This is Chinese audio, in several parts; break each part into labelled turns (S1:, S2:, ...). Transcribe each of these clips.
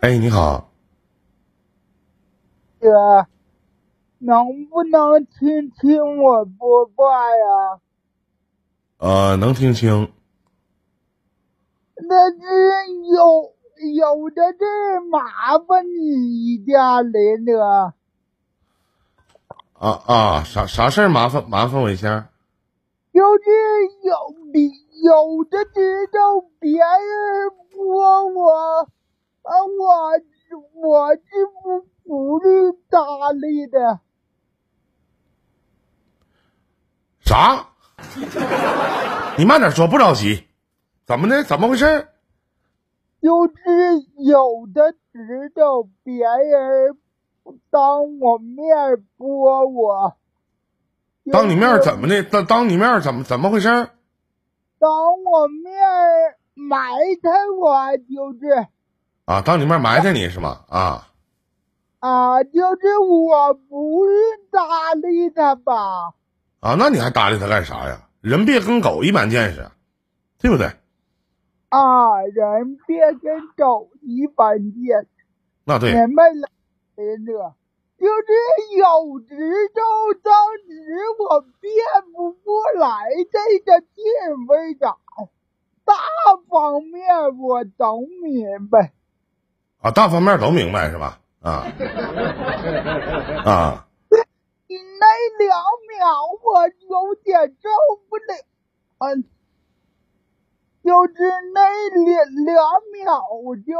S1: 哎，你好，
S2: 姐，能不能听听我播报呀？
S1: 呃，能听清？
S2: 那这有有的这麻烦你一下来了。
S1: 啊啊，啥啥事儿？麻烦麻烦我一下。
S2: 就是有的有的知道别人播我，啊，我是我是不不利搭理的。
S1: 啥？你慢点说，不着急。怎么的？怎么回事儿？
S2: 就是有的知道别人当我面播我，
S1: 当你面儿
S2: 就是
S1: 怎么的？当当你面儿怎么怎么回事儿？
S2: 当我面埋汰我，就是
S1: 啊，当你面儿埋汰你是吗？啊
S2: 啊，就是我不是搭理他吧？
S1: 啊，那你还搭理他干啥呀？人别跟狗一般见识，对不对？
S2: 啊，人别跟狗一般见，
S1: 那对。
S2: 明白了？真的，就是有知道当时我变不过来这个劲为啥？大方面我都明白。
S1: 啊，大方面都明白是吧？啊啊
S2: 那两秒我有点受不了，嗯，就是那两两秒我就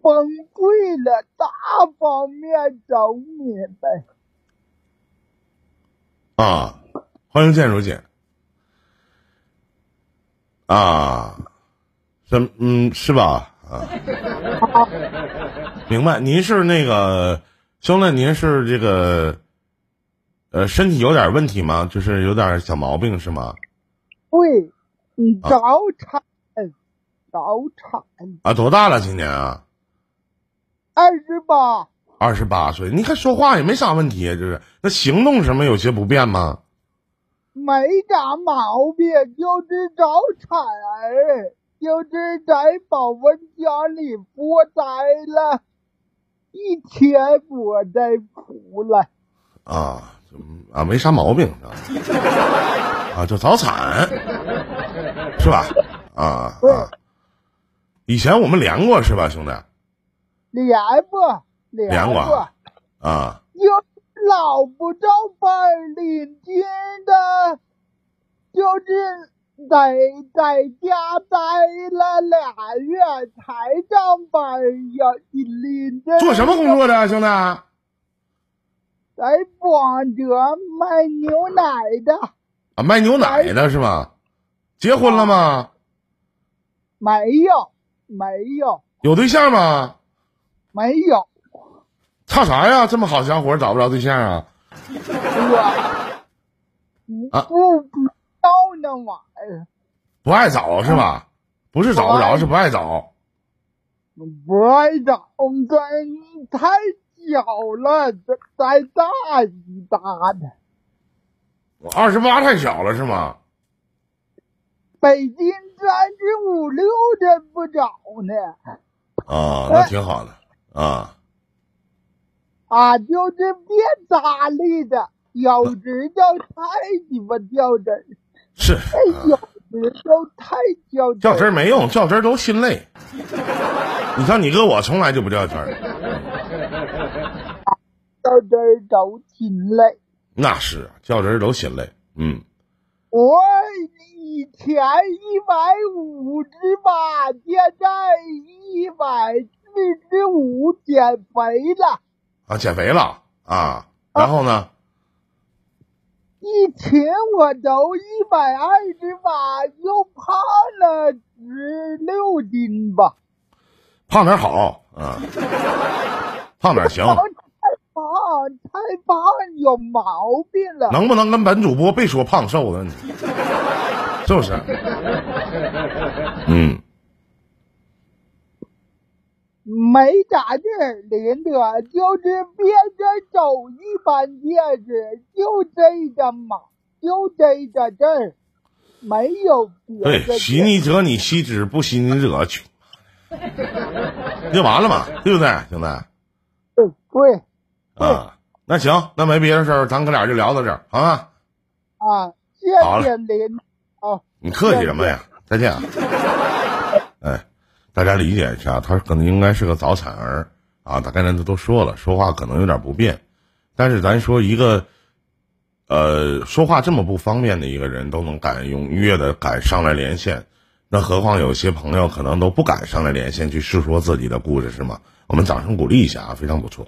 S2: 崩溃了，大方面都明白。
S1: 啊！欢迎建如姐啊，什嗯是吧？啊，明白。您是那个兄弟，您是这个呃身体有点问题吗？就是有点小毛病是吗？
S2: 对，你
S1: 啊
S2: 早产，早产，哎
S1: 啊，多大了？今年啊？
S2: 二十八，
S1: 二十八岁，你看说话也没啥问题啊，就是那行动什么有些不便吗？
S2: 没啥毛病，就是早产儿，就是在保温箱里播呆了，一天我再出来。
S1: 啊，就啊，没啥毛病啊，啊，就早产，是吧？啊啊，以前我们连过是吧，兄弟？
S2: 连不连
S1: 连
S2: 不，
S1: 过啊
S2: 就是老不照班领军的，就是在在家待了俩月才上班，要领着
S1: 做什么工作的，兄弟？啊
S2: 在广德卖牛奶的。
S1: 啊，卖牛奶的是吗？结婚了吗？
S2: 没有，没有，
S1: 有对象吗？
S2: 没有，
S1: 差啥呀？这么好小伙找不着对象啊？
S2: 我
S1: 啊
S2: 不不要那玩意儿，
S1: 不爱找是吧？不是找不着，是不爱找。
S2: 不爱找，跟太小了，再再大一大的。
S1: 二十八太小了是吗？
S2: 北京三十五六的不找呢，
S1: 啊，那挺好的啊。
S2: 啊，就是别搭理的，有知道太鸡巴较真儿，哎
S1: 是，啊
S2: 有知道太较真
S1: 较
S2: 儿
S1: 真儿没用，较真儿都心累。你像你哥我从来就不较真儿，
S2: 较真儿都挺累。
S1: 那是较真儿都心累。嗯，
S2: 我以前一百五十八，现在一百四十五，减肥了。
S1: 啊，减肥了啊，然后呢，
S2: 疫情我都一百二十八，又胖了十六斤吧。
S1: 胖点儿好啊，胖点儿行
S2: 都，太胖，太胖有毛病了。
S1: 能不能跟本主播别说胖瘦的问题，是不是？嗯，
S2: 没咋地儿，林哥，就是别跟走一般见识，就这个嘛，就这个字儿，没有别
S1: 对，
S2: 的劲儿。
S1: 习你者你习之，不习你者去。就完了嘛，对不对，兄弟？
S2: 对对
S1: 啊，那行，那没别的事儿，咱哥俩就聊到这儿，好吗？
S2: 啊，谢
S1: 好
S2: 谢您啊，
S1: 你客气什么呀？ 再见啊！哎，大家理解一下，他可能应该是个早产儿啊。大概咱都说了，说话可能有点不便，但是咱说一个，呃，说话这么不方便的一个人都能敢踊跃的敢上来连线，那何况有些朋友可能都不敢上来连线去诉说自己的故事，是吗？我们掌声鼓励一下啊，非常不错。